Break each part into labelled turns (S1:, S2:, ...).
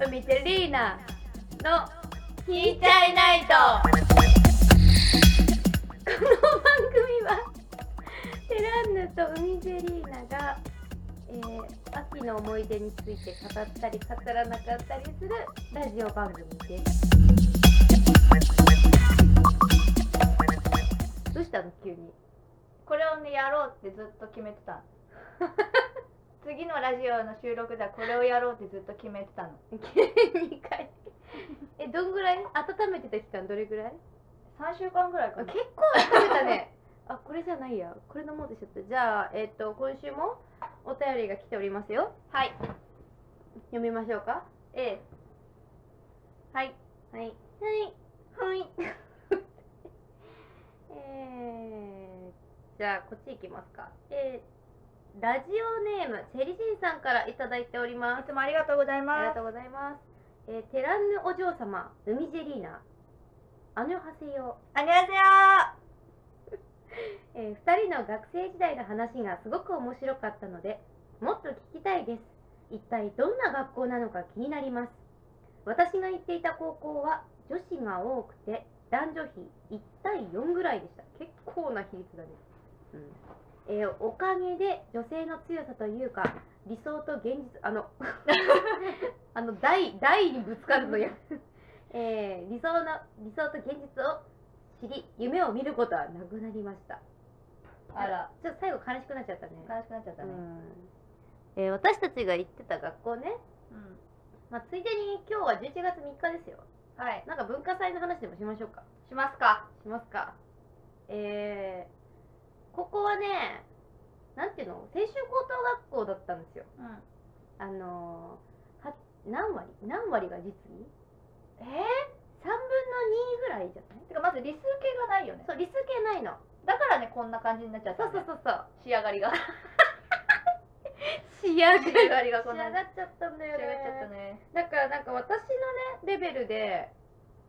S1: とミテリーナの「聞いちゃいないと」この番組はテランヌと海ゼリーナが、えー秋の思い出について語ったり語らなかったりするラジオ番組ですどうしたの急に
S2: これをねやろうってずっと決めてた 次のラジオの収録ではこれをやろうってずっと決めてたの
S1: 急に回えどんぐらい温めてた期間どれぐらい
S2: 3週間ぐらい
S1: あ
S2: かな
S1: 結構温めたね あこれじゃないやこれ飲もうとしちゃったじゃあえっ、と今週もお便りが来ておりますよ
S2: はい
S1: 読みましょうか
S2: A はい
S1: はいはいはい えー、じゃあこっち行きますかえー、ラジオネームチェリジンさんからいただいております
S2: いつもありがとうござい
S1: ありが
S2: ます
S1: とうございます。えー、テランヌお嬢様、海ジェリーナ、アニョハセヨ、
S2: ありがとうございま
S1: えー、2人の学生時代の話がすごく面白かったので、もっと聞きたいです。一体どんな学校なのか気になります。私が行っていた高校は女子が多くて男女比1対4ぐらいでした。結構な比率だね。うんえーおかげで女性の強さというか理想と現実あ のあの台台にぶつかるのや、えー理想の理想と現実を知り夢を見ることはなくなりました
S2: あら
S1: ちょっと最後悲しくなっちゃったね
S2: 悲しくなっちゃったね
S1: うんえー私たちが行ってた学校ね、
S2: うん
S1: まあ、ついでに今日は11月3日ですよ
S2: はい
S1: なんか文化祭の話でもしましょうか
S2: しますか
S1: しますかえー、ここはねなんていうの青春高等学校だったんですよ
S2: うん
S1: あのー、は何割何割が実に
S2: え
S1: 3分の2ぐらいじゃない
S2: ー、てかまず理数系がないよね
S1: そう理数系ないの
S2: だからねこんな感じになっちゃった
S1: そ
S2: ね、
S1: うそうそうそう
S2: 仕上が りが
S1: 仕上が
S2: 仕上がりがこ
S1: 仕
S2: んな
S1: 上がっちゃったんだ
S2: 仕
S1: よ
S2: 上
S1: ね
S2: がっちゃったね
S1: だからなんか私のねレベルで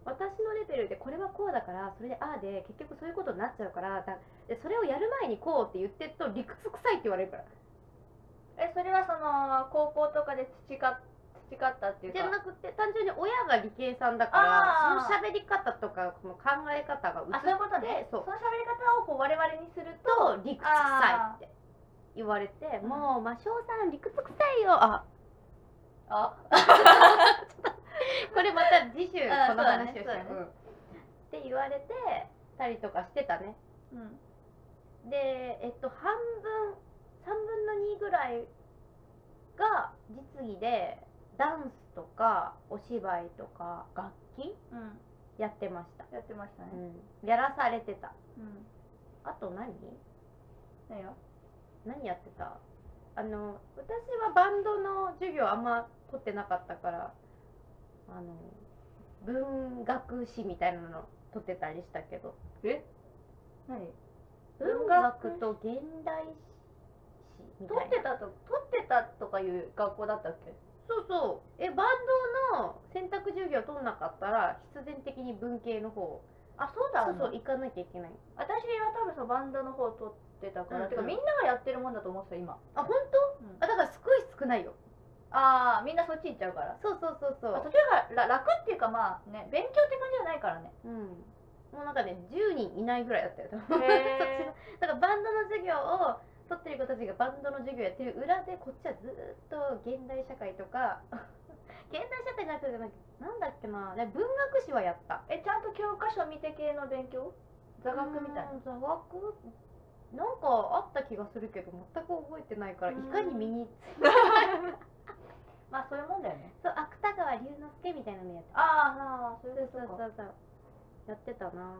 S1: 私のレベルでこれはこうだからそれでああで結局そういうことになっちゃうからだでそれをやる前にこうって言ってると理屈臭いって言われるから
S2: えそれはその高校とかで培っ培ったっていう
S1: じ
S2: か
S1: ゃなくて単純に親が理系さんだか
S2: あ
S1: ら
S2: ー
S1: その喋り方とかこの考え方が映
S2: あそういうことね
S1: ってそう
S2: その喋り方をこう我々にすると
S1: と理屈臭いって言われて
S2: うん
S1: もう魔性さん理屈臭いよあ
S2: あ
S1: これまた次週
S2: あ
S1: こ
S2: ー
S1: の話をしよ
S2: そうだね
S1: ううんって言われてたりとかしてたね
S2: うん
S1: でえっと半分3分の2ぐらいが実技でダンスとかお芝居とか楽器
S2: うん
S1: やってました、
S2: やってましたね
S1: うん、やらされてた
S2: うん
S1: あと何
S2: 何よ
S1: 何やってたあの私はバンドの授業あんま取ってなかったからあの文学史みたいなの取ってたりしたけど
S2: 何
S1: 文
S2: 文
S1: 学
S2: 学
S1: と現代史みたい
S2: 取
S1: な
S2: ってたと取ってたとかいう学校だったっけ
S1: そうそうえバンドの選択授業取んなかったら必然的に文系の方
S2: あそうだ
S1: そう
S2: の
S1: そう行かなきゃいけない
S2: 私は多分そうバンドの方取ってたから、
S1: うん
S2: てかみんながやってるもんだと思ってた今
S1: あ本当、
S2: うん
S1: あだから少し少ないよ
S2: ああみんなそっち行っちゃうから
S1: そうそうそうそ
S2: まあ、そうっちがら楽っていうかまあね勉強って感じじゃないからね
S1: うんもうなんかね10人いないぐらいだったよ多 分 そっ
S2: へー
S1: ちのだからバンドの授業を取ってる子たちがバンドの授業やってる裏でこっちはずーっと現代社会とか 現代社会じゃなくてなんかなんだっけなね文学史はやった
S2: えちゃんと教科書見て系の勉強座学みたいな
S1: うーん座学なんかあった気がするけど全く覚えてないから
S2: う
S1: い
S2: ーん
S1: かに身につ
S2: まあそういうもんだよね
S1: そう芥川龍之介みたいなのやってた
S2: ああそう
S1: そう
S2: いうこ
S1: そうそう
S2: とか
S1: そうやってたな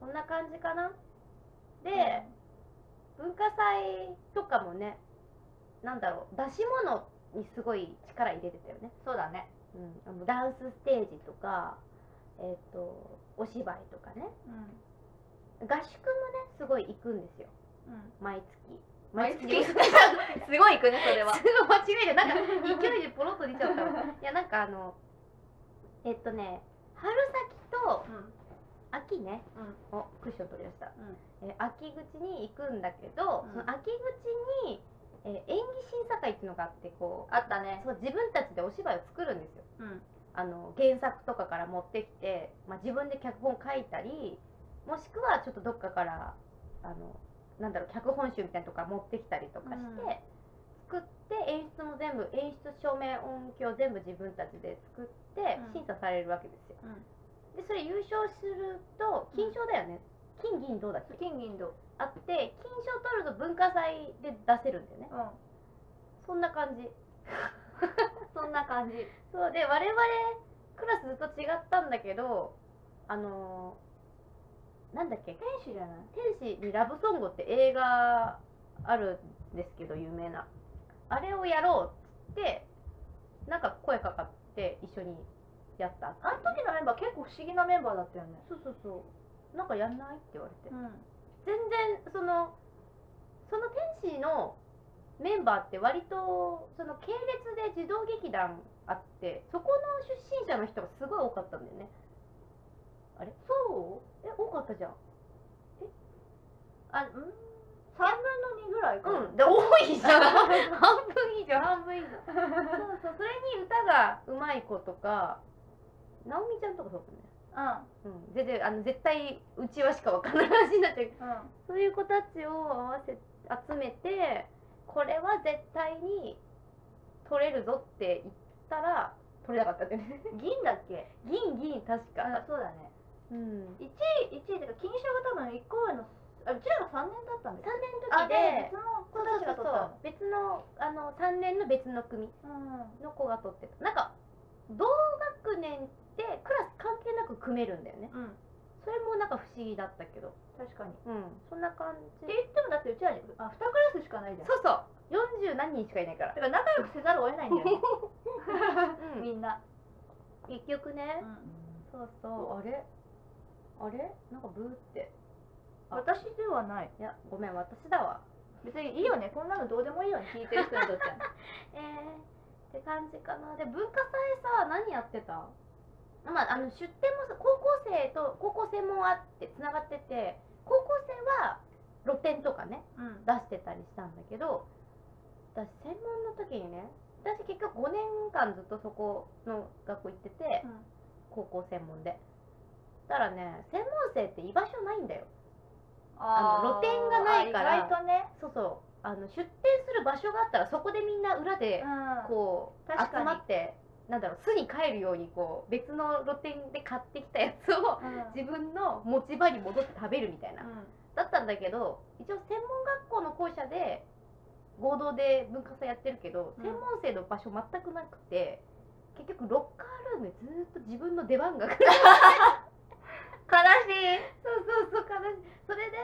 S1: こんな感じかなで、
S2: で、
S1: 文化祭とかもねなんだろう出し物にすごい力入れてたよね、
S2: そうだね
S1: うん、あのダンスステージとかえっ、とお芝居とかね合
S2: う
S1: 宿もねすごい行くんですよ
S2: んうん
S1: 毎月
S2: 毎
S1: 毎
S2: 月
S1: 月
S2: すごい行くねそれは
S1: すご い間違えるなんか勢いでポロッと出ちゃった わいやなんかあのえっとね春先と秋ね、おクッション取り出した、
S2: ん
S1: え秋口に行くんだけど、
S2: うん
S1: その秋口にえー演技審査会っていうのがあってこ
S2: あった
S1: う
S2: ね
S1: そう自分たちでお芝居を作るんですよ
S2: うん
S1: あの原作とかから持ってきて、まあ、自分で脚本書いたりもしくはちょっとどっかからあのなんだろう脚本集みたいなのとか持ってきたりとかして、
S2: うん
S1: 作って演出も全部演出照明音響全部自分たちで作って
S2: うん
S1: 審査されるわけですよ、
S2: うん
S1: でそれ優勝すると金賞だよね、金銀銅だっけ
S2: 金銀銅
S1: あって金賞取ると文化祭で出せるんだよね
S2: うん
S1: そんな感じ
S2: そんな感じ
S1: そうで我々クラスずっと違ったんだけどあのーなんだっけ
S2: 天使じゃない
S1: 天使にラブソングって映画あるんですけど有名なあれをやろうっつってなんか声かかって一緒にやった
S2: あの時のメンバー結構不思議なメンバーだったよね
S1: そうそうそうなんかやんないって言われて
S2: ん
S1: 全然そのその天使のメンバーって割とその系列で児童劇団あってそこの出身者の人がすごい多かったんだよねあれそうえ多かったじゃんえあうん
S2: 3分の2ぐらいかな、
S1: うんで多いじ ゃん半分以上半分以上そうそうそれに歌がうまい子とか直美ちゃんとかそうかね
S2: う
S1: うん全然あの絶対うちわしかわかんない話になっちゃうけど
S2: んうん
S1: そういう子たちを合わせ集めてこれは絶対に取れるぞって言ったら取れなかったってね
S2: 銀だっけ
S1: 銀銀確
S2: あ
S1: か
S2: そうだね
S1: うん
S2: 1位1位てか金賞が多分1個上のあうちらが3年だったん
S1: 3
S2: だよ
S1: 年の時で
S2: 別の
S1: そ
S2: 子
S1: う
S2: たち
S1: そ
S2: が
S1: うそう
S2: 取ったの
S1: 別のあの3年の別の組
S2: うん
S1: の子が取ってたなんか同学年ってクラス関係なく組めるんだよね
S2: うん
S1: それもなんか不思議だったけど
S2: 確かにっ
S1: うんそんな感じ
S2: て言ってもだってうちらにあ2クラスしかないじゃん
S1: そうそう40何人しかいないから
S2: だから仲良くせざるを得ないん だよね
S1: うん
S2: みんな、
S1: 結局ね、
S2: ん、
S1: そうそうあれあれなんかブーって
S2: 私ではない
S1: いやごめん私だわ
S2: 別にいいよねこんなのどうでもいいよね聞いてる人にとっては
S1: えー、って感じかなで文化祭さ何やってたまああの出展もさ高校生と高校生もあってつながってて高校生は露店とかね
S2: うん
S1: 出してたりしたんだけど私専門の時にね私結局5年間ずっとそこの学校行ってて
S2: うん
S1: 高校専門でだからね専門生って居場所ないんだよ
S2: あ
S1: の露店がないから
S2: あ意外とね、
S1: そうそうあの出店する場所があったらそこでみんな裏で
S2: うん、
S1: こう、
S2: 確か
S1: 集
S2: に
S1: まってなんだろう巣に帰るようにこう別の露店で買ってきたやつを
S2: うん、
S1: 自分の持ち場に戻って食べるみたいな、
S2: うん
S1: だったんだけど一応専門学校の校舎で合同で文化祭やってるけど、
S2: うん
S1: 専門生の場所全くなくて結局ロッカールームでずっと自分の出番が来る
S2: 悲しい、
S1: そうそうそう悲しいそれで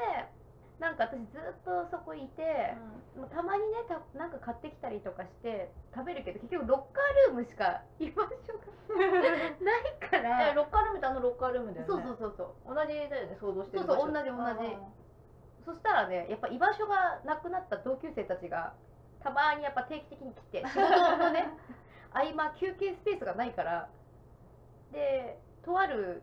S1: なんか私ずっとそこいて、もうたまにねたなんか買ってきたりとかして食べるけど結局ロッカールームしか居場所が ないか
S2: え
S1: ら
S2: ロッカールームってあのロッカールームだよね
S1: そうそうそうそう
S2: 同じだよね想像して
S1: そ
S2: る
S1: うそう
S2: 場所
S1: 同じ同じそしたらねやっぱ居場所がなくなった同級生たちがたまにやっぱ定期的に来 て仕事のね合間休憩スペースがないからでとある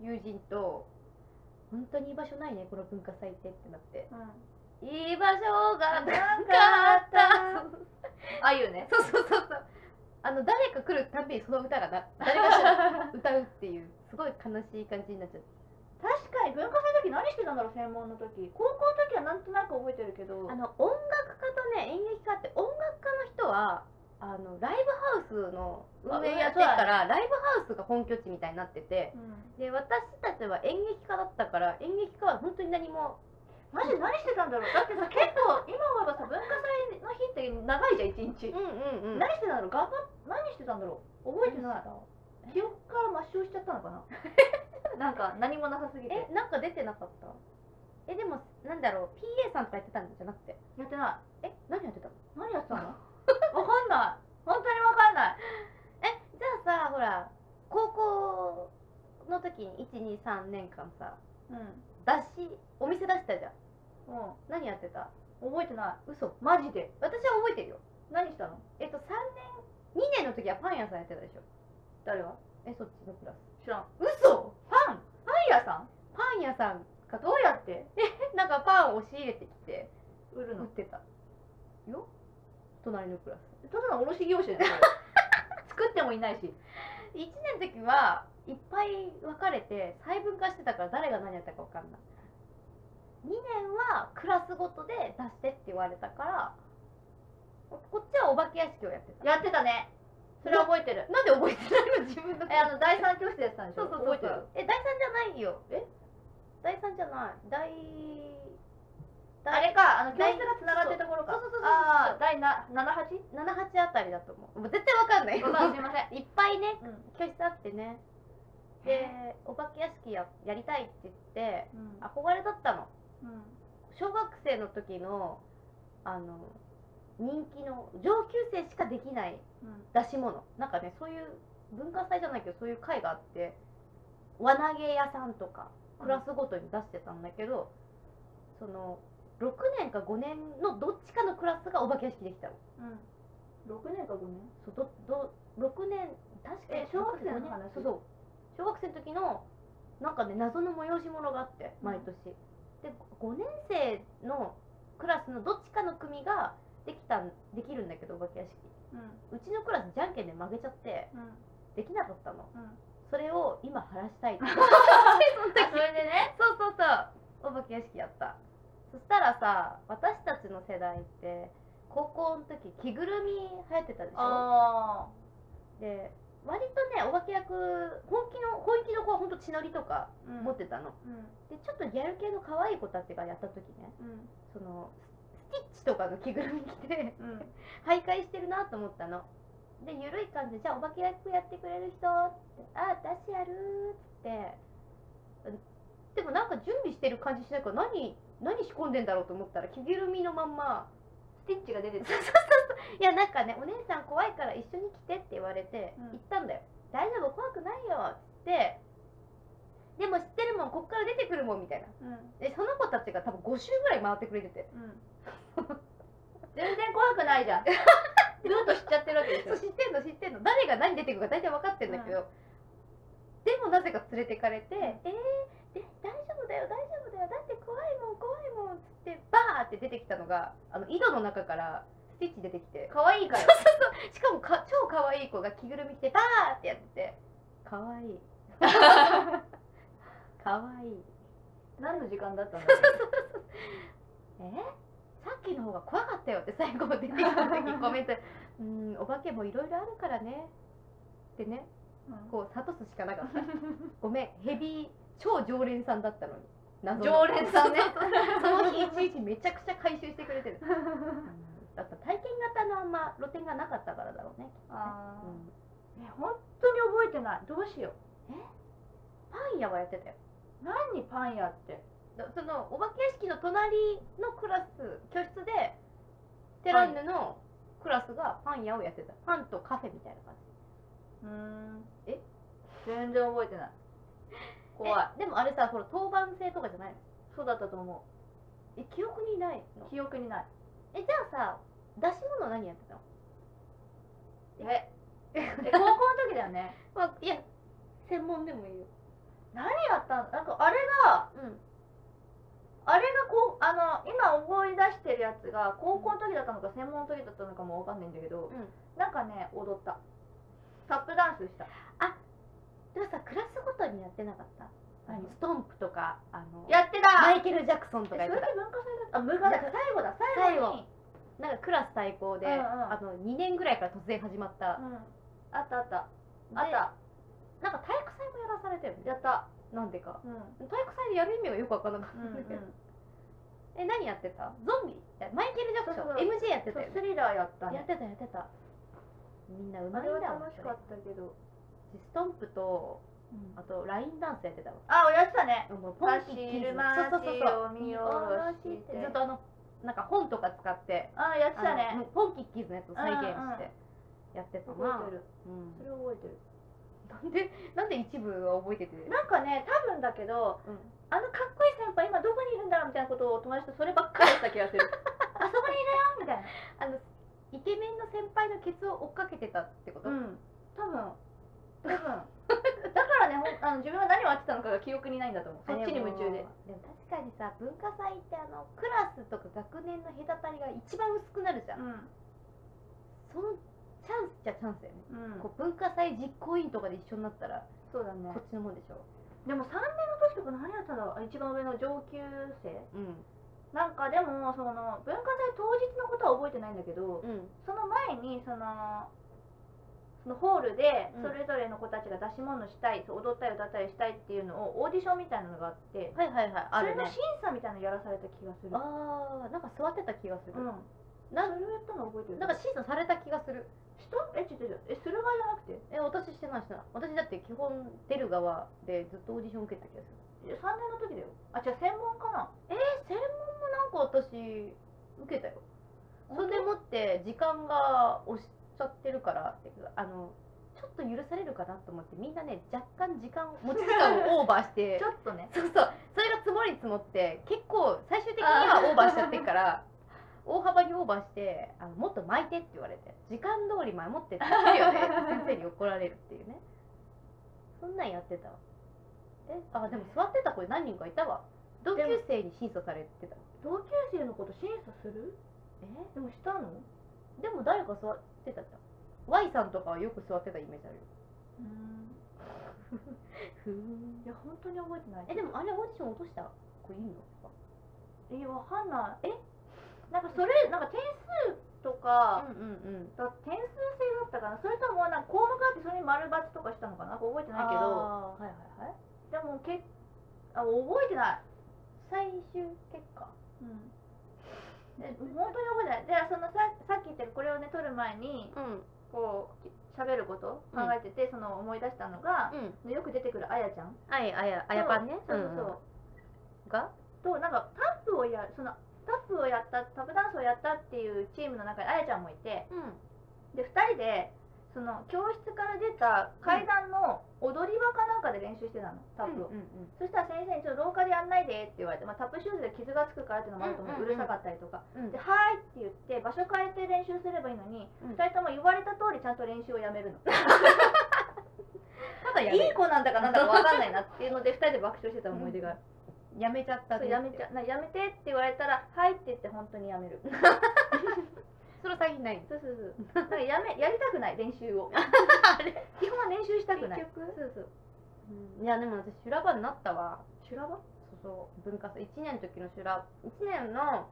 S1: 友人と「本当に居場所ないねこの文化祭って」ってなって
S2: う
S1: 「
S2: ん
S1: 居場所がなか
S2: な
S1: った
S2: か」あゆね
S1: そうそうそうそう。あの誰か来るたびにその歌がな誰かしら歌うっていうすごい悲しい感じになっちゃって
S2: 確かに文化祭の時何してたんだろう専門の時高校の時はなんとなく覚えてるけど
S1: あの音楽家とね演劇家って音楽家の人はあのライブハウスの運営やってるから、ライブハウスが本拠地みたいになってて
S2: うん
S1: で私たちは演劇家だったから演劇家は本当に何も
S2: マジで何してたんだろう だってさ結構今思えばさ文化祭の日って長いじゃん一日、
S1: ん
S2: 何してたんだろう頑張っ何してたんだろう覚えてない記憶から抹消しちゃった のかななんか何もなさすぎて
S1: えなんか出てなかったえでもなんだろう PA さんとかやってたんじゃなくて
S2: やってない
S1: え何やってたの
S2: 何やってたのわかんない本当にわかんない
S1: えじゃあさほら高校の時に123年間さ
S2: う
S1: 出しお店出したじゃん
S2: んうん
S1: 何やってた
S2: 覚えてない
S1: 嘘
S2: マジで
S1: 私は覚えてるよ
S2: 何したの
S1: えっと3年2年の時はパン屋さんやってたでしょ
S2: 誰は
S1: えそっちのクラス
S2: 知らん
S1: 嘘
S2: パンパン屋さん
S1: パン屋さんが
S2: どうやって
S1: なんかパンを仕入れてきて
S2: 売る
S1: 売っ
S2: の
S1: てたよ隣のクラス
S2: ただの卸業者ですよ 作ってもいないし
S1: 1年の時はいっぱい分かれて細分化してたから誰が何やったか分かんない2年はクラスごとで出してって言われたからここっちはお化け屋敷をやってた
S2: やってたねそれは覚 えてる
S1: なんで覚えてないの自分の
S2: えあの第三教室やってたんでし
S1: そ
S2: ょ
S1: うそうそう
S2: 覚えてる
S1: え第三じゃないよえ第三じゃない第第
S2: あれかあの教
S1: 第
S2: 室がつながってるところか
S1: そうそうそうそうそう
S2: ああ第な七八
S1: 78あたりだと思うもう絶対わかんない
S2: わかんないすいませ ん
S1: いっぱいね
S2: うん
S1: 教室あってねでお化け屋敷ややりたいって言って
S2: うん
S1: 憧れだったの
S2: うん
S1: 小学生の時のあの人気の上級生しかできない
S2: うん
S1: 出し物なんかねそういう文化祭じゃないけどそういう会があって輪投げ屋さんとかクラスごとに出してたんだけど、その6年か5年のどっちかのクラスがお化け屋敷できたの
S2: うん六年か五年
S1: そうどど6年確かに
S2: え小学生の
S1: 5年
S2: 話
S1: そうそう小学生の時のなんかね謎の催し物があって
S2: うん
S1: 毎年、で5年生のクラスのどっちかの組ができたんできるんだけどお化け屋敷
S2: うん
S1: うちのクラスじゃんけんで負けちゃって
S2: うん
S1: できなかったの
S2: うん
S1: それを今晴ら したいって
S2: あそれでね
S1: そうそうそうお化け屋敷やったそしたらさ私たちの世代って高校の時着ぐるみ流行ってたでしょ
S2: あ
S1: で割とねお化け役本気の本気の子はほんと血のりとか
S2: あうん
S1: 持ってたの、
S2: うん
S1: でちょっとギャル系の可愛い子たちがやった時ね
S2: うん
S1: そのススティッチとかの着ぐるみ着て
S2: うん
S1: 徘徊してるなと思ったのでゆるい感じでじゃあお化け役やってくれる人ってあ私やるーっつってうんでもなんか準備してる感じしないから何何仕込んでんだろうと思ったら着ぐるみのまんま
S2: スティッチが出てた
S1: いやなんかねお姉さん怖いから一緒に来てって言われて
S2: うん
S1: 行ったんだよ、大丈夫怖くないよってでも知ってるもんこっから出てくるもんみたいな
S2: うん
S1: でその子たちが多分5周ぐらい回ってくれてて
S2: うん全然怖くないじゃんルート知っちゃってるわ けでし
S1: そ
S2: ょ
S1: う知ってんの知ってんの誰が何出てくるか大体分かってんだけど、でもなぜか連れてかれて「
S2: うん
S1: えーで大丈夫だよ大丈夫だよだって怖いもん怖いもん」っつってバーって出てきたのがあの井戸の中からスティッチ出てきて
S2: 可愛いから
S1: しかもか超可愛い子が着ぐるみ着てバーってやってて可愛い 可愛い
S2: 何の時間だったんだろう
S1: えさっきの方が怖かったよって最後出てきた時コ メント「うんお化けもいろいろあるからね」ってね
S2: うん
S1: こう諭すしかなかった ごめんヘビー超常連さんだったのに謎の
S2: 常連さんね
S1: その日一日めちゃくちゃ回収してくれてるだった体験型のあんま露店がなかったからだろうね、
S2: あ
S1: う
S2: ー
S1: ん、
S2: え本当に覚えてないどうしよ
S1: パン屋はやってたよ
S2: う何パン屋って
S1: だそのお化け屋敷の隣のクラス教室でテランヌのクラスがパン屋をやってたパンとカフェみたいな感じ
S2: うーんえ全然覚えてない怖い
S1: えでもあれさほら当番制とかじゃないの
S2: そうだったと思
S1: え記憶にないの
S2: う記憶に ない
S1: えじゃあさ出し物何やってたの
S2: ええ高校の時だよね
S1: まあいや専門でもいいよ
S2: 何やったんなんかあれが
S1: うん
S2: あれがこうあの今思い出してるやつが高校の時だったのか専門の時だったのかもわかんないんだけど、
S1: うん
S2: なんかね踊ったタップダンスした
S1: でもさクラスごとにやってなかった
S2: 何
S1: ストンプとかあの
S2: やってた
S1: マイケル・ジャクソン
S2: えそ
S1: とか
S2: れ
S1: や
S2: で
S1: って
S2: 文
S1: た
S2: 化祭だったあ文化祭
S1: だ
S2: 最後だ最後に
S1: なんかクラス対抗で、
S2: うんうん
S1: あの2年ぐらいから突然始まった、
S2: うんあったあった
S1: で
S2: あった
S1: なんか体育祭もやらされたよね
S2: やった
S1: なんでか
S2: うん
S1: 体育祭でやる意味がよくわからなかったんだけど、え何やってたゾンビマイケル・ジャクソン
S2: そうそう
S1: MJ やって
S2: そ
S1: た
S2: う
S1: よね
S2: スリラーやった
S1: やっ
S2: ね
S1: てたやってたみんなうま
S2: あ
S1: いん
S2: れ
S1: だ
S2: は
S1: わ
S2: 楽しかったけど
S1: ストンプと
S2: うん
S1: あとラインダンスやってたわ
S2: あおやってたね
S1: あの
S2: 走る街
S1: そうそうそう
S2: を見下ろして
S1: ずっとあのなんか本とか使って
S2: あやって
S1: あ
S2: た
S1: の
S2: ね
S1: ポンキッキーズのやつを再現してやってた
S2: 覚
S1: な、
S2: えてる
S1: うん
S2: それ覚えてる
S1: なんでなんで一部は覚えてて、
S2: なんかね多分だけど
S1: うん
S2: あのかっこいい先輩今どこにいるんだろうみたいなことを友達とそればっかりした気がす るあそこにいるよみたい
S1: あ
S2: な
S1: のイケメンの先輩のケツを追っかけてたってこと、
S2: ん多 分多分だからねほんあの自分は何をやってたのかが記憶にないんだと思うそっちに夢中で
S1: でも確かにさ文化祭ってあのクラスとか学年の隔たりが一番薄くなるじゃん、
S2: ん
S1: ゃチャンスだよね、
S2: うん
S1: こう文化祭実行委員とかで一緒になったら
S2: そうだね
S1: こっちのもんでしょ
S2: でも3年の年とか何やったら一番上の上級生
S1: うん
S2: なんかでもその文化祭当日のことは覚えてないんだけど
S1: うん
S2: その前にそのそのホールで
S1: うん
S2: それぞれの子たちが出し物したい、そう踊ったり歌ったりしたいっていうのをオーディションみたいなのがあって
S1: はいはいはいあ
S2: それ
S1: る
S2: の
S1: ね
S2: 審査みたいなのやらされた気がする
S1: あーなんか座ってた気がする、
S2: うん
S1: な
S2: それをやったの覚えてる
S1: なんか審査された気がする
S2: 人えちょっとえする側じゃなくて
S1: え私してました私だって基本出る側でずっとオーディション受けてた気がする
S2: 3年の時だよあじゃあ専門かな
S1: えー、専門もなんか私受けたよそれでも
S2: も
S1: って時間が押しちゃってるからってあのちょっと許されるかなと思ってみんなね若干時間を持ち時間をオーバーして
S2: ちょっとね
S1: そうそうそれが積もり積もって結構最終的にはオーバーしちゃってるから大幅にオーバーしてあのもっと巻いてって言われて時間通り守ってって言うよ ね先生に怒られるっていうねそんなんやってたわえあでも座ってた子何人かいたわ同級生に審査されてた
S2: 同級生のこと審査する
S1: え
S2: でもしたの
S1: でも誰か座ってたじゃん Y さんとかはよく座ってたイメージあるよ
S2: うん
S1: ふーん
S2: いや本当に覚えてない
S1: えでもあれオーディション落とした子いるの
S2: いやわかんないえなんかそれなんか点数とか、
S1: うんうんうん
S2: だ点数制だったかなそれともなんか項目あってそれに丸バツとかしたのかななんか覚えてないけ
S1: あ
S2: ど
S1: ーはいはいはい
S2: でもけあ覚えてない、
S1: 最終結果
S2: うん、で本当に覚えてないでそのささっき言ってるこれをね撮る前に
S1: うん
S2: こう喋ること考えてて、その思い出したのが、
S1: うん
S2: よく出てくるあやちゃん
S1: あやあやあやぱんね
S2: そうそうそう、
S1: うんが
S2: となんかタップをやそのタップをやったタップダンスをやったっていうチームの中にあやちゃんもいて
S1: うん
S2: で2人でその教室から出た階段の踊り場かなんかで練習してたのタ
S1: 多分
S2: ップを、
S1: うん
S2: そしたら先生に「ちょっと廊下でやんないで」って言われて、まあ、タップシューズで傷がつくからっていうのもあると思う、
S1: うん
S2: う
S1: うんうん
S2: るさかったりとか
S1: うんうん
S2: で「はーい」って言って場所変えて練習すればいいのに、
S1: うん
S2: 2人とも言われた通りちゃんと練習をやめるの
S1: ただや
S2: いい
S1: め
S2: 子なんだかなんだか分かんないなっていうので2人で爆笑してた思い出がある、
S1: やめちゃった
S2: そうやめちゃなやめてって言われたら「はい」って言って本当にやめる
S1: それは最近ない
S2: そうそうそう。なんかやめやりたくない練習 を。基本は練習したくない。
S1: 結
S2: 局そうそう。
S1: いやでも私修羅場になったわ
S2: 修羅
S1: そ
S2: 場？
S1: うそう文化祭1年の時の修羅1年の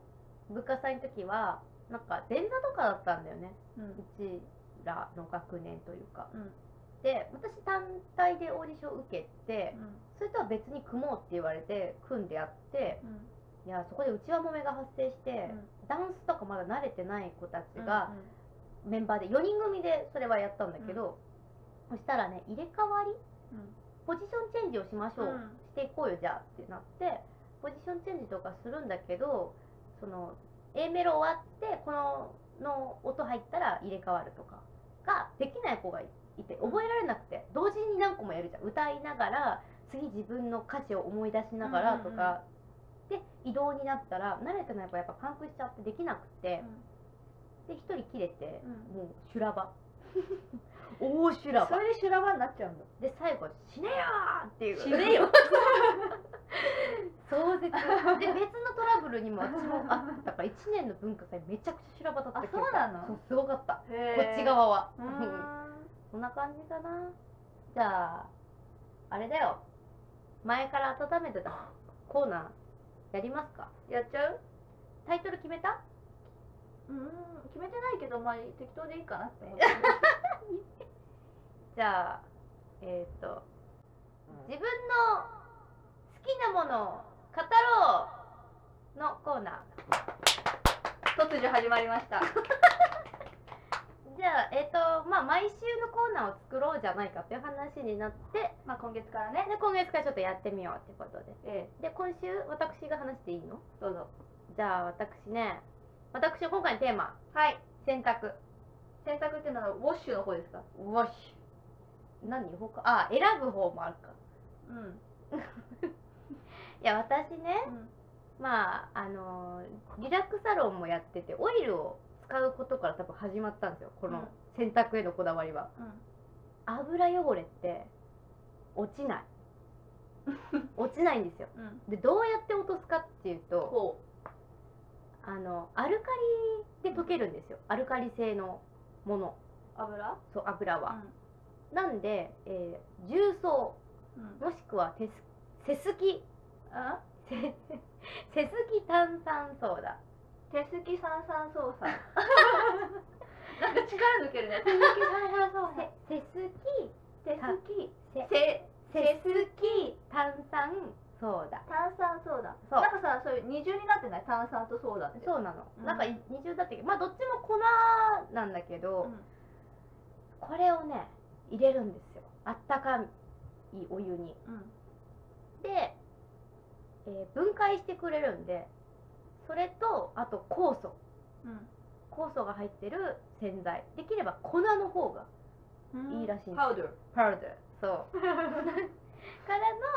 S1: 文化祭の時はなんか前座とかだったんだよね
S2: うん
S1: う。ちらの学年というか、
S2: うん
S1: で私単体でオーディション受けてそれとは別に組もうって言われて組んでやっていやそこでうちわもめが発生して、ダンスとかまだ慣れてない子たち
S2: うん。
S1: が、メンバーで4人組でそれはやったんだけど、そしたらね入れ替わり
S2: うん
S1: ポジションチェンジをしましょう、
S2: うん
S1: していこうよじゃあってなってポジションチェンジとかするんだけどその A メロ終わってこのの音入ったら入れ替わるとかができない子がいて覚えられなくて同時に何個もやるじゃん歌いながら次自分の歌詞を思い出しながらとか、で移動になったら慣れてない子はやっぱパンクしちゃってできなくてで1人切れて、
S2: うん
S1: もう修羅場 大修羅場
S2: それで修羅場になっちゃうんだ。
S1: で最後「死ねよ!」っていう
S2: 死ね よ
S1: 壮絶で別 のトラブルにも私もあったから1年の文化祭めちゃくちゃ修羅場だった
S2: あ
S1: 記
S2: そ
S1: 憶
S2: うなの
S1: そうすごかったこ
S2: こ
S1: っち。側は
S2: うーん。
S1: そんな感じかなじゃああれだよ前から温めてたコーナーやりますか
S2: やっちゃう？
S1: タイトル決めた
S2: うーん。決めてないけどまあ適当でいいかなって思 って。
S1: じゃあえっ、と自分の好きなものを語ろうのコーナー
S2: 突如始まりました。
S1: じゃあ、えっ、と、まあ、毎週のコーナーを作ろうじゃないかという話になって、
S2: まあ今月からね。
S1: で、今月からちょっとやってみようってことで。
S2: ええ
S1: で、今週、私が話していいの
S2: どうぞ。
S1: じゃあ、私ね、私、今回のテーマ、
S2: はい。
S1: 洗濯、
S2: 洗濯っていうのはウォッシュの方ですか？
S1: ウォッシュ。何他あ、選ぶ方もあるか。
S2: うん。
S1: いや、私ね、
S2: うん。
S1: まあ、あのーリラックスサロンもやってて、オイルを使うことから多分始まったんですよ、こ
S2: うん
S1: の洗濯へのこだわりは。油汚れって、落ち ない。落ちないんですよ。
S2: うん。うん。
S1: でどうやって落とすかっていうと
S2: こ
S1: あのアルカリで溶けるんですよアルカリ性のもの
S2: う。油
S1: そう油は、
S2: う
S1: なんで、えー重曹
S2: んう
S1: も
S2: ん
S1: しくはテスセスキ
S2: あ
S1: セセスキ炭酸ソーダ
S2: 手すき三三操作 なんか力抜けるね手すき三三操作
S1: セセスキ
S2: 手すき
S1: セ
S2: せ
S1: セスキ炭酸ソーダ
S2: 炭酸ソーダ
S1: そう
S2: なんかさそういう二重になってない炭酸とソーダって
S1: そうなの、
S2: うん
S1: なんかい二重だったけどまあどっちも粉なんだけど、
S2: うん
S1: これをね入れるんですよあったかいお湯に
S2: うん
S1: で、えー分解してくれるんでそれとあと酵素
S2: うん
S1: 酵素が入ってる洗剤できれば粉の方が
S2: うん
S1: いいらしいんですよ
S2: パウダー
S1: パウダーそう からの、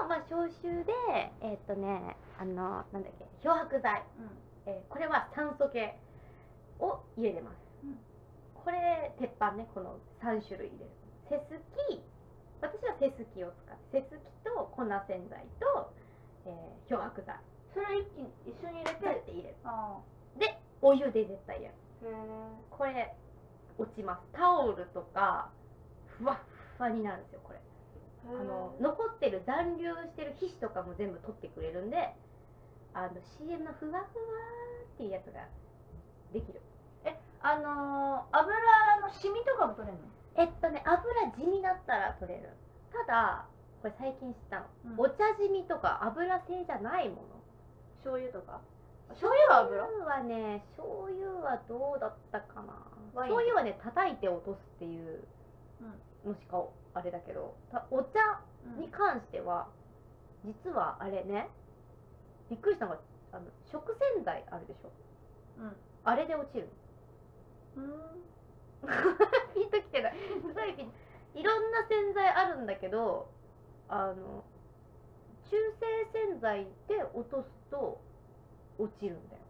S1: まあ、消臭でえーっとねあのなんだっけ漂白剤、
S2: うん
S1: えーこれは酸素系を入れてます、
S2: うん
S1: これ鉄板ねこの3種類入れるセスキ私はセスキを使ってセスキと粉洗剤と、えー漂白剤
S2: それ一気に一緒に入れ
S1: だってて入れる
S2: あ
S1: でお湯で絶対やる
S2: ーへー
S1: これ落ちますタオルとかふわっふわになるんですよこれ
S2: あ
S1: あの残ってる残留してる皮脂とかも全部取ってくれるんであの CM のふわふわっていうやつができる
S2: あのー、油のシミとかも取れるの、
S1: えっとね油地味だったら取れるただこれ最近知ったの、お茶地味とか油性じゃないもの
S2: 醤油とか醤油は油
S1: 醤油はね醤油はどうだったかな
S2: ワイン
S1: 醤油はね叩いて落とすっていうのしかあれだけどたお茶に関しては、実はあれねびっくりしたのがあの食洗剤あるでしょ
S2: うん
S1: あれで落ちる
S2: うん
S1: のピンときてないすごいピンいろんな洗剤あるんだけどあの中性洗剤で落とすと落ちるんだよ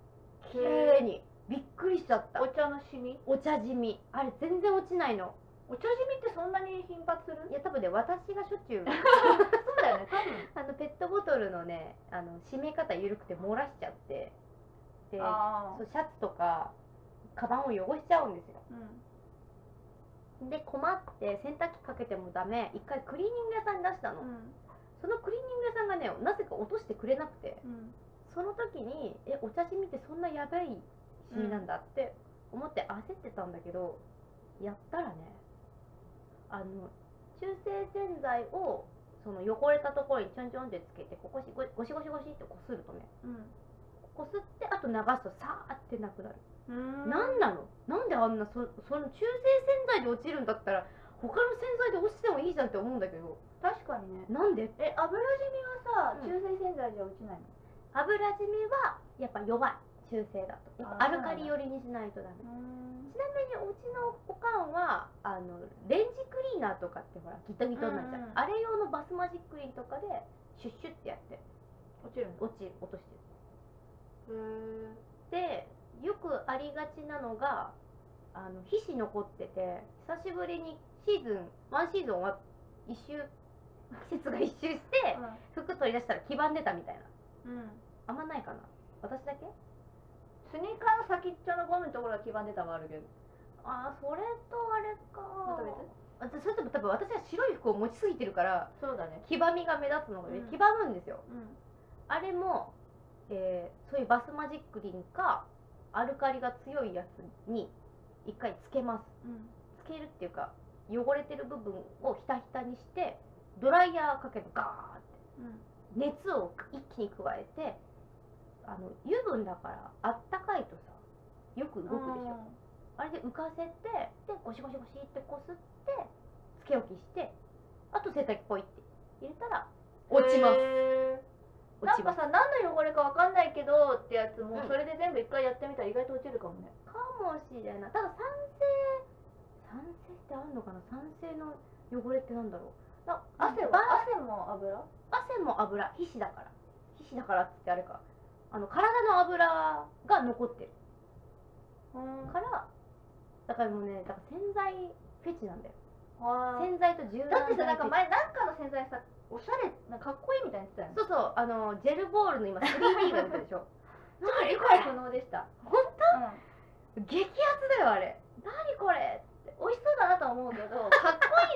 S1: 綺
S2: へ
S1: 麗にびっくりしちゃった
S2: お茶のシミ
S1: お茶染みあれ全然落ちないの
S2: お茶シミってそんなに頻発する
S1: いや多分ね私がしょっちゅう
S2: そうだよね多分
S1: あのペットボトルのねあの締め方緩くて漏らしちゃってで
S2: あ
S1: そうシャツとかカバンを汚しちゃうんですよ
S2: あ、うん、
S1: で困って洗濯機かけてもダメ一回クリーニング屋さんに出したの、
S2: うん
S1: そのクリーニング屋さんがねなぜか落としてくれなくて
S2: うん
S1: その時にえお茶染みってそんなやばいシミなんだって思って焦ってたんだけど、やったらねあの中性洗剤をその汚れたところにちょんちょんってつけてここしゴシゴシゴシゴシってこするとねこすってあと流すとさーってなくなる
S2: うん
S1: なんなのなんであんなそその中性洗剤で落ちるんだったら他の洗剤で落ちてもいいじゃんって思うんだけど
S2: 確かにね
S1: なんで
S2: え油シミはさ
S1: うん
S2: 中性洗剤じゃ落ちないの、
S1: 油染みはやっぱ弱い中性だとやっぱア
S2: あー
S1: ルカリ寄りにしないとダメ
S2: うん
S1: ちなみにうちのおかんはあのレンジクリーナーとかってほらギトギトになっちゃう、
S2: うんうん
S1: あれ用のバスマジックリンとかでシュッシュッってやって
S2: 落ちるんだ
S1: 落ち落として
S2: へー
S1: でよくありがちなのがあの皮脂残ってて久しぶりにシーズンワンシーズンは一周季節が一周して服取り出したら黄ばんでたみたいな
S2: うん、うん、
S1: あんまないかな私だけ
S2: スニーカーの先っちょのゴムのところが黄ばんでたはあるけど
S1: ああそれとあれか
S2: また
S1: あ
S2: 別
S1: それとも多分私は白い服を持ちすぎてるから
S2: そうだね
S1: 黄ばみが目立つのが、
S2: うん
S1: 黄ばむんですよ
S2: うん
S1: あれも、えーそういうバスマジックリンかアルカリが強いやつに一回つけます
S2: うん
S1: つけるっていうか汚れてる部分をひたひたにしてドライヤーかけてガーって
S2: うん
S1: 熱を一気に加えてあの油分だからあったかいとさよく動くでしょあれで浮かせてでゴシゴシゴシってこすってつけ置きしてあと洗濯機ポイって入れたら落ちます
S2: す
S1: 落
S2: な
S1: ち
S2: ん
S1: ま
S2: か
S1: す
S2: さ何の汚れかわかんないけどってやつも
S1: うん
S2: それで全部一回やってみたら意外と落ちるかもね
S1: かもしれないただ酸性酸性ってあるのかな酸性の汚れってなんだろうな
S2: 汗
S1: ば
S2: は汗も油
S1: 汗も油皮脂だから皮脂だからってあれかあの体の油が残ってる
S2: うん
S1: からだからもうねだから洗剤フェチなんだよ
S2: は
S1: 洗剤と柔軟剤
S2: だってさなんか
S1: フェチ
S2: 前なんかの洗剤さおしゃれなんかかっこいいみたいに言ってたよね
S1: そうそうあのジェルボールの今 3D が出たでし ょ
S2: ちょっと理解不能でした
S1: 本
S2: 当、うん
S1: 激アツだよあれ何これ
S2: 美味しそうだなとはは思うけどかっこ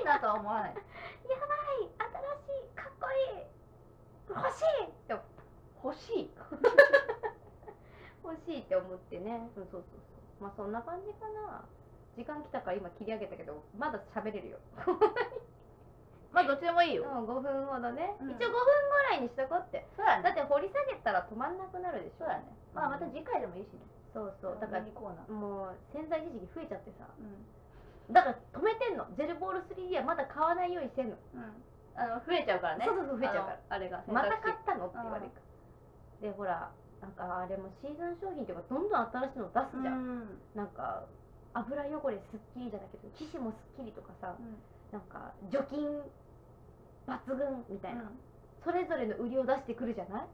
S2: いいなとは思わない
S1: 新しいかっこいい欲しいって
S2: 欲しい
S1: 欲しいって思ってねそうそうそうそうまあそんな感じかな時間来たから今切り上げたけどまだ喋れるよ
S2: まあどっちでもいいよ
S1: もう5分ほどね、
S2: うん
S1: 一応5分ぐらいにしとこうって
S2: そうだ
S1: だって
S2: ね
S1: 掘り下げたら止まんなくなるでしょ
S2: そうだねまあまた次回でもいいしね
S1: そうそ
S2: そううだ
S1: だから
S2: からコーナー
S1: もう潜在意識増えちゃってさ
S2: う
S1: だから止めてんのジェルボール 3D はまだ買わないようにしてんの
S2: んうんあの増えちゃうからね
S1: そうそうそう増えちゃうから
S2: あのあれが
S1: また買
S2: 選
S1: ったのって言われるでほらなんかあれもシーズン商品っていうかどんどん新しいの出
S2: 択肢
S1: すじゃん、
S2: うん
S1: なんか油汚れすっきりじゃなくて皮脂もすっきりとかさなんか除菌抜群みたいな、
S2: うん
S1: それぞれの売りを出してくるじゃない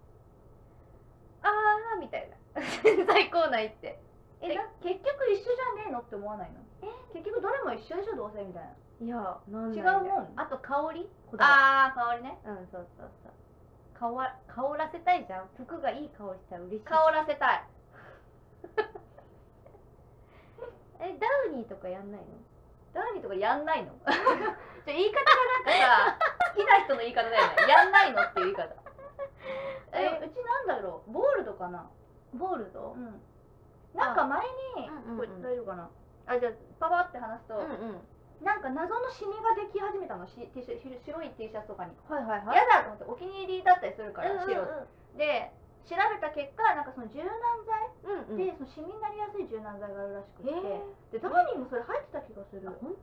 S1: あーみたいな 洗剤コーナー行って
S2: えな結局一緒じゃねえのって思わないの結局どれも一緒でしょどうせみたいない
S1: やなんだ
S2: 違
S1: ろ
S2: うもん
S1: あと香りこだわ
S2: ああ香りね
S1: りうんそうそうそう香わ香らせたいじゃん服がいい香りしたら嬉しい
S2: 香らせたい
S1: えダウニーとかやんないの
S2: ダーリンとかやんないの ちょ言い方がなんかさ好きな人の言い方だよねやんないのっていう言い方 えうちなんだろうボールドかな
S1: ボールド
S2: んなんか前に
S1: うんうんうん
S2: これ大丈夫かなあじゃあパパって話すと、
S1: うん
S2: なんか謎のシミができ始めたのし T シャツ白い T シャツとかに
S1: はいはいはい
S2: やだと思ってお気に入りだったりするから白
S1: うん
S2: で調べた結果なんかその柔軟剤
S1: うんうん
S2: で、そのシミになりやすい柔軟剤があるらしく
S1: へえ
S2: てでダーリンもそれ入ってた気がする
S1: あ本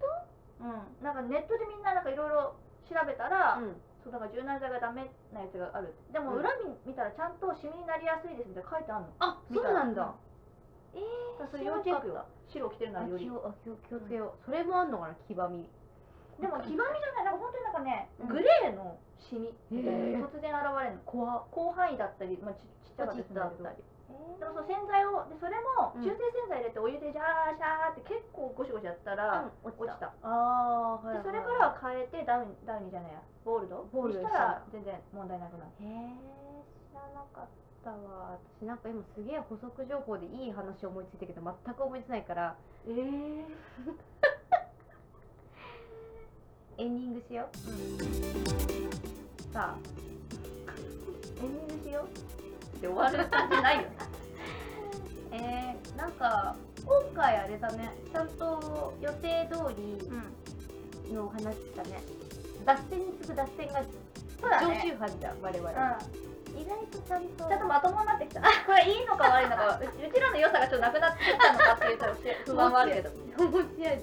S2: うんなんかネットでみんななんかいろいろ調べた
S1: 当
S2: ら、
S1: うん
S2: そうだから柔軟剤がダメなやつがあるでも
S1: うん
S2: 裏見見たらちゃんとシミになりやすいですみたいな書いてあるの
S1: あ
S2: 見
S1: そ
S2: た
S1: うなんだえ
S2: だから
S1: ー
S2: それ要チェックよ白着てるな
S1: あ
S2: らより
S1: 気をあ気を気をつけよう、それもあんのかな黄ばみ
S2: でも黄ばみじゃないなんか本当になんかね、
S1: うん
S2: グレーのシミ
S1: へー
S2: 突然現れるの怖広範囲だったり、まあ、ちちっちゃかったりするんだけど
S1: り
S2: でもその洗剤をでそれも
S1: うん
S2: 中性洗剤入れてお湯でジャーシャーって結構ゴシゴシやったら
S1: 落
S2: 落
S1: ち
S2: ち
S1: た
S2: た、
S1: ああ
S2: でそれからは変えてダウンダウニーじゃないやボールド
S1: ボールド
S2: にしたら全然問題なくなる
S1: へえ知らなかったわ私なんか今すげえ補足情報でいい話思いついたけど全く思いつないから
S2: ええ
S1: エンディングしようさあ
S2: エンディングしようって終わる感じない よね
S1: えー、なんか今回あれだねちゃんと予定通り
S2: ん
S1: の話だね脱線に次ぐ脱線が
S2: そうだ
S1: 常
S2: ね
S1: 習犯じゃん我々、
S2: うん、
S1: 意外とちゃんと
S2: ちょっとまともになってきたこれいいのか悪いのかううちらの良さがちょっとなくなってきたのかっていうちょっと不安はあるけど、
S1: 面白いね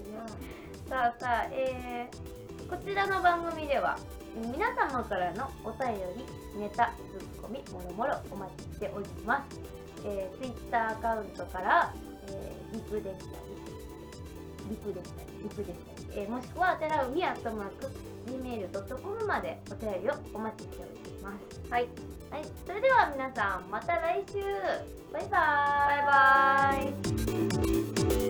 S1: さあさあ、えー、こちらの番組では皆様からのお便りネタツッコミもろもろお待ちしております、えー、Twitter アカウントから、えー、リプでしたりリプでしたりリプでしたり、えー、もしくはあてらうみアットマーク gmail.com までお便りをお待ちしておりますはい、はい、それでは皆さんまた来週バイバーイ
S2: バイバーイ